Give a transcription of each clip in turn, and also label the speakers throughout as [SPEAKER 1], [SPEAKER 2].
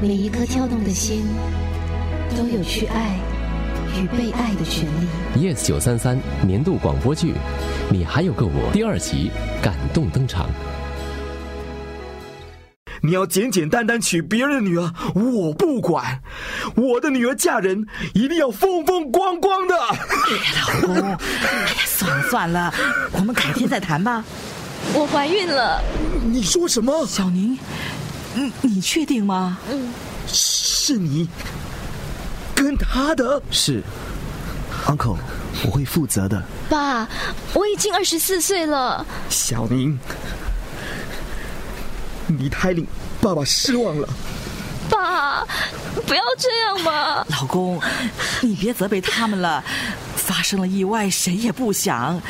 [SPEAKER 1] 每一颗跳动的心，都有去爱与被爱的权利。
[SPEAKER 2] Yes 九三三年度广播剧《你还有个我》第二集感动登场。
[SPEAKER 3] 你要简简单单娶别人的女儿，我不管。我的女儿嫁人一定要风风光光的。
[SPEAKER 4] 老公，哎呀，算了算了，我们改天再谈吧。
[SPEAKER 5] 我怀孕了，
[SPEAKER 3] 你说什么？
[SPEAKER 4] 小宁，你你确定吗？
[SPEAKER 3] 是你跟他的？
[SPEAKER 6] 是，uncle，我会负责的。
[SPEAKER 5] 爸，我已经二十四岁了，
[SPEAKER 3] 小宁，你太令爸爸失望了。
[SPEAKER 5] 爸，不要这样嘛！
[SPEAKER 4] 老公，你别责备他们了，发生了意外谁也不想。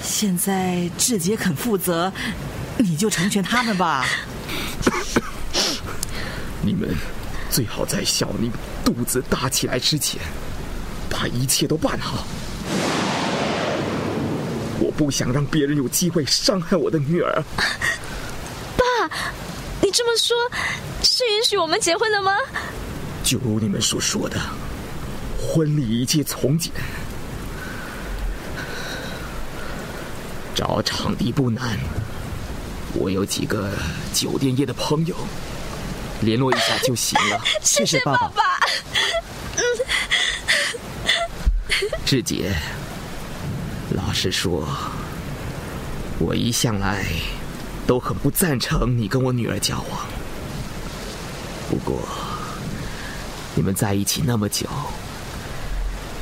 [SPEAKER 4] 现在志杰肯负责，你就成全他们吧。
[SPEAKER 3] 你们最好在小宁肚子大起来之前，把一切都办好。我不想让别人有机会伤害我的女儿。
[SPEAKER 5] 你这么说，是允许我们结婚的吗？
[SPEAKER 3] 就如你们所说的，婚礼一切从简，找场地不难。我有几个酒店业的朋友，联络一下就行 了。
[SPEAKER 6] 谢谢爸爸。
[SPEAKER 3] 志杰，老实说，我一向来都很不赞成你跟我女儿交往。不过，你们在一起那么久，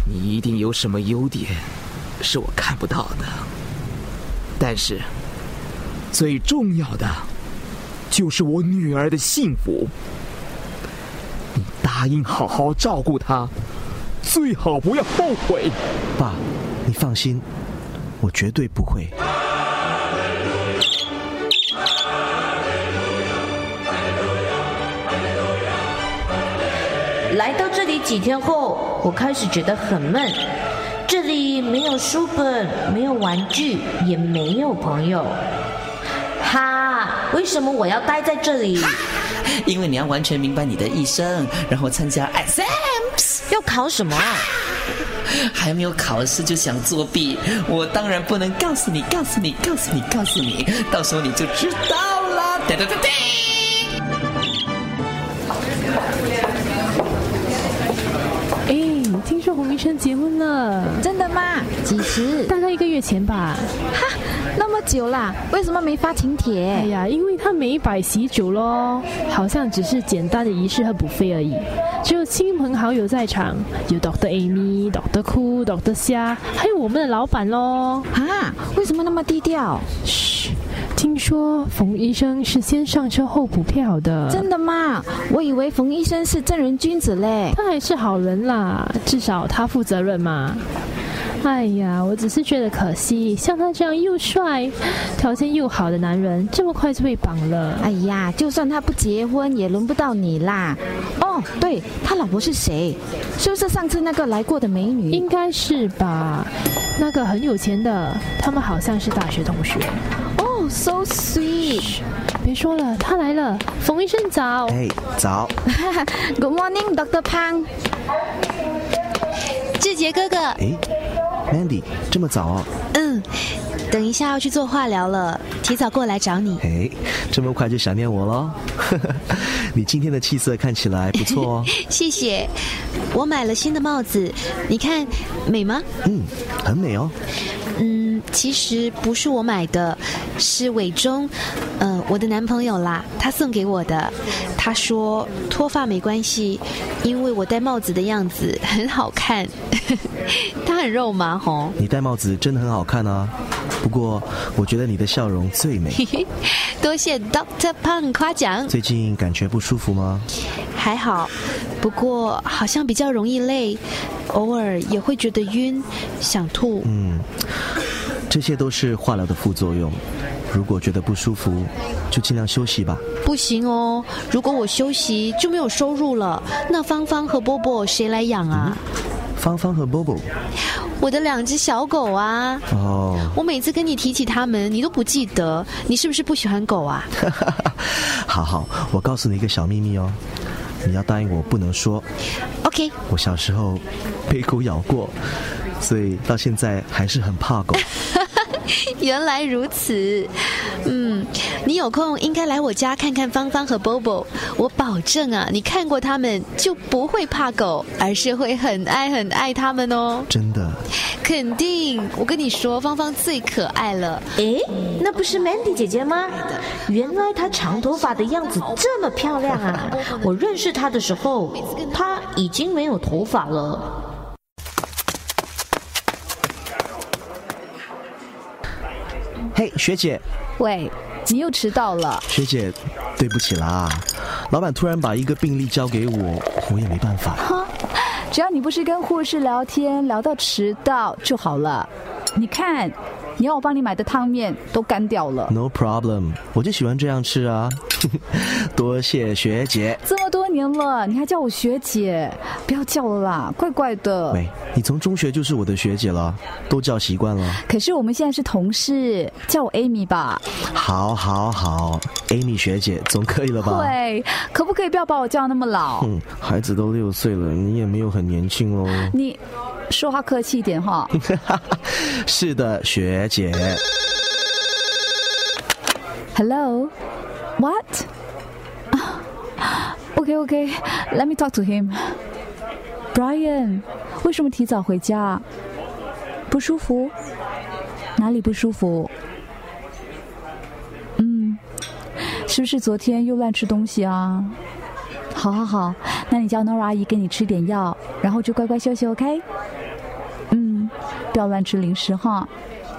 [SPEAKER 3] 你一定有什么优点是我看不到的。但是，最重要的就是我女儿的幸福。你答应好好照顾她，最好不要后悔。
[SPEAKER 6] 爸，你放心，我绝对不会。
[SPEAKER 7] 来到这里几天后，我开始觉得很闷。这里没有书本，没有玩具，也没有朋友。哈，为什么我要待在这里？
[SPEAKER 8] 因为你要完全明白你的一生，然后参加 exams，
[SPEAKER 7] 要考什么啊？
[SPEAKER 8] 还没有考试就想作弊，我当然不能告诉你，告诉你，告诉你，告诉你，到时候你就知道啦。哒哒哒哒。
[SPEAKER 9] 哎，听说洪明生结婚了，
[SPEAKER 10] 真的吗？
[SPEAKER 7] 几时？
[SPEAKER 9] 大概一个月前吧。
[SPEAKER 10] 那么久啦，为什么没发请帖？
[SPEAKER 9] 哎呀，因为他没摆喜酒咯，好像只是简单的仪式和补费而已，只有亲朋好友在场，有 Doctor Amy、Doctor Cool、Doctor 虾，还有我们的老板咯。
[SPEAKER 10] 啊，为什么那么低调？
[SPEAKER 9] 嘘，听说冯医生是先上车后补票的，
[SPEAKER 10] 真的吗？我以为冯医生是正人君子嘞。
[SPEAKER 9] 他还是好人啦，至少他负责任嘛。哎呀，我只是觉得可惜，像他这样又帅、条件又好的男人，这么快就被绑了。
[SPEAKER 10] 哎呀，就算他不结婚，也轮不到你啦。哦，对他老婆是谁？是不是上次那个来过的美女？
[SPEAKER 9] 应该是吧？那个很有钱的，他们好像是大学同学。
[SPEAKER 10] 哦，so sweet。
[SPEAKER 9] 别说了，他来了，冯医生早。
[SPEAKER 6] 哎，早，
[SPEAKER 10] Good morning, Doctor Pang。
[SPEAKER 5] 志杰哥哥，
[SPEAKER 6] 哎，Mandy，这么早哦？
[SPEAKER 5] 嗯，等一下要去做化疗了，提早过来找你。
[SPEAKER 6] 哎，这么快就想念我喽？ 你今天的气色看起来不错哦。
[SPEAKER 5] 谢谢，我买了新的帽子，你看美吗？
[SPEAKER 6] 嗯，很美哦。
[SPEAKER 5] 嗯，其实不是我买的，是伟忠，呃，我的男朋友啦，他送给我的。他说脱发没关系，因为我戴帽子的样子很好看。 他很肉麻吼，
[SPEAKER 6] 你戴帽子真的很好看啊。不过，我觉得你的笑容最美。
[SPEAKER 5] 多谢 Doctor Pang 夸奖，
[SPEAKER 6] 最近感觉不舒服吗？
[SPEAKER 5] 还好，不过好像比较容易累，偶尔也会觉得晕，想吐。
[SPEAKER 6] 嗯，这些都是化疗的副作用。如果觉得不舒服，就尽量休息吧。
[SPEAKER 5] 不行哦，如果我休息就没有收入了，那芳芳和波波谁来养啊？
[SPEAKER 6] 芳芳和 Bobo，
[SPEAKER 5] 我的两只小狗啊。
[SPEAKER 6] 哦，
[SPEAKER 5] 我每次跟你提起它们，你都不记得，你是不是不喜欢狗啊？
[SPEAKER 6] 好好，我告诉你一个小秘密哦。你要答应我不能说。
[SPEAKER 5] OK。
[SPEAKER 6] 我小时候被狗咬过，所以到现在还是很怕狗。
[SPEAKER 5] 原来如此，嗯，你有空应该来我家看看芳芳和 Bobo。我保证啊，你看过他们就不会怕狗，而是会很爱很爱他们哦。
[SPEAKER 6] 真的？
[SPEAKER 5] 肯定！我跟你说，芳芳最可爱了。
[SPEAKER 7] 诶，那不是 Mandy 姐姐吗？原来她长头发的样子这么漂亮啊！我认识她的时候，她已经没有头发了。
[SPEAKER 6] 嘿，学姐，
[SPEAKER 11] 喂，你又迟到了。
[SPEAKER 6] 学姐，对不起啦，老板突然把一个病例交给我，我也没办 法。
[SPEAKER 11] 只要你不是跟护士聊天聊到迟到就好了。你看，你要我帮你买的汤面都干掉了。
[SPEAKER 6] No problem，我就喜欢这样吃啊。 多谢学姐。
[SPEAKER 11] 这么多年了，你还叫我学姐，不要叫了啦，怪怪的。
[SPEAKER 6] 喂，你从中学就是我的学姐了，都叫习惯了。
[SPEAKER 11] 可是我们现在是同事，叫我 Amy 吧。
[SPEAKER 6] 好，好，好，Amy 学姐总可以了吧？
[SPEAKER 11] 对，可不可以不要把我叫那么老？
[SPEAKER 6] 嗯，孩子都六岁了，你也没有很年 轻喽。
[SPEAKER 11] 你说话客气一点哈。
[SPEAKER 6] 是的，学姐。
[SPEAKER 11] Hello，what？OK OK，Let、me talk to him。Brian，为什么提早回家？不舒服？哪里不舒服？嗯，是不是昨天又乱吃东西啊？好好好，那你叫 Nora 阿姨给你吃点药，然后就乖乖休息，OK？嗯，不要乱吃零食哈。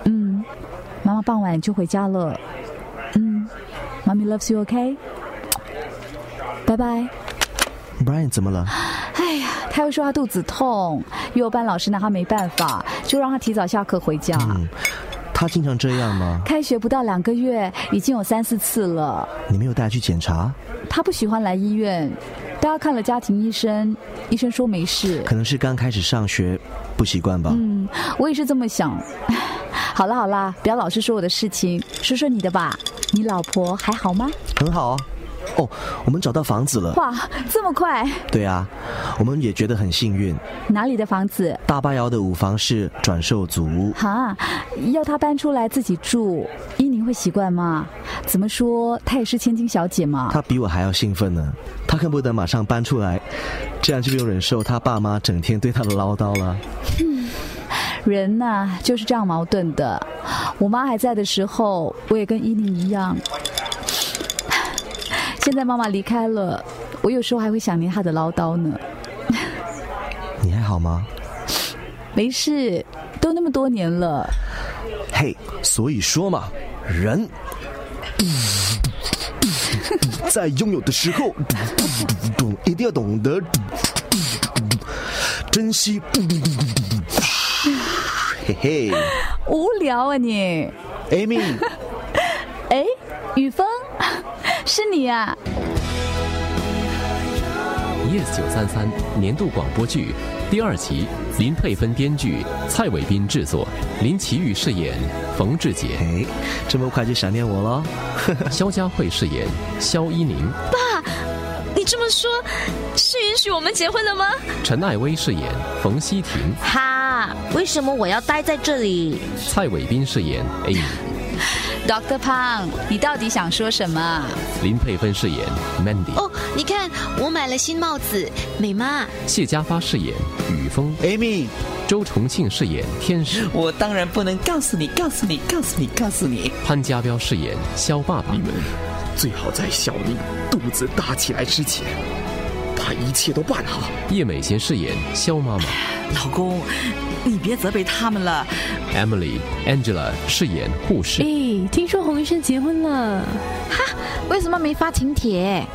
[SPEAKER 11] 嗯，妈妈傍晚就回家了。嗯，妈咪 loves you，OK？、拜拜。
[SPEAKER 6] Brian 怎么了？
[SPEAKER 11] 哎呀，他又说他肚子痛，幼儿班老师拿他没办法，就让他提早下课回家。
[SPEAKER 6] 嗯，他经常这样吗？
[SPEAKER 11] 开学不到两个月，已经有三四次了。
[SPEAKER 6] 你没有带他去检查？
[SPEAKER 11] 他不喜欢来医院，带他看了家庭医生，医生说没事。
[SPEAKER 6] 可能是刚开始上学不习惯吧。
[SPEAKER 11] 嗯，我也是这么想。 好啦好啦，不要老是说我的事情，说说你的吧。你老婆还好吗？
[SPEAKER 6] 很好啊。哦，我们找到房子了。
[SPEAKER 11] 哇，这么快？
[SPEAKER 6] 对啊，我们也觉得很幸运。
[SPEAKER 11] 哪里的房子？
[SPEAKER 6] 大巴窑的五房式转售祖屋，
[SPEAKER 11] 哈，要她搬出来自己住，依宁会习惯吗？怎么说，她也是千金小姐嘛。
[SPEAKER 6] 他比我还要兴奋呢。他恨不得马上搬出来，这样就不用忍受他爸妈整天对他的唠叨了。
[SPEAKER 11] 人呐、就是这样矛盾的。我妈还在的时候，我也跟依宁一样。现在妈妈离开了，我有时候还会想念她的唠叨呢。
[SPEAKER 6] 你还好吗？
[SPEAKER 11] 没事，都那么多年了。
[SPEAKER 6] 嘿、所以说嘛，人。在拥有的时候，一定要懂得珍惜。嘿嘿
[SPEAKER 11] 无聊啊你！
[SPEAKER 6] ，Amy，
[SPEAKER 11] 哎，雨峰， 是你啊！
[SPEAKER 2] Yes 九三三年度广播剧第二集，林佩芬编剧，蔡伟斌制作，林奇玉饰演冯志杰，
[SPEAKER 6] 哎，这么快就想念我了？
[SPEAKER 2] 肖佳慧饰演肖一宁，
[SPEAKER 12] 你这么说，是允许我们结婚了吗？
[SPEAKER 2] 陈艾薇饰演冯希婷，
[SPEAKER 7] 哈，啊为什么我要待在这里？
[SPEAKER 2] 蔡伟斌饰演 Amy，
[SPEAKER 11] Dr. Pang，你到底想说什么？
[SPEAKER 2] 林佩芬饰演 Mandy，、
[SPEAKER 5] 哦，你看，我买了新帽子，美妈。
[SPEAKER 2] 谢家发饰演雨峰，
[SPEAKER 6] Amy，
[SPEAKER 2] 周重庆饰演天使，
[SPEAKER 8] 我当然不能告诉你，告诉你，告诉你，告诉你。
[SPEAKER 2] 潘家彪饰演肖爸爸
[SPEAKER 3] 你，们最好在小宁肚子大起来之前，把一切都办好。
[SPEAKER 2] 叶美贤饰演肖妈妈
[SPEAKER 4] 老公，你别责备他们了。
[SPEAKER 2] ，Emily Angela 饰演护士。
[SPEAKER 9] 哎，听说洪医生结婚了。
[SPEAKER 10] 为什么没发请帖？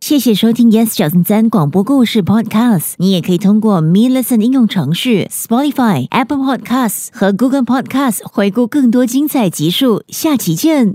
[SPEAKER 13] 谢谢收听 Yes 九三三广播故事 Podcast。你也可以通过 Me Listen 应用程序、Spotify、Apple Podcasts 和 Google Podcasts 回顾更多精彩集数。下期见。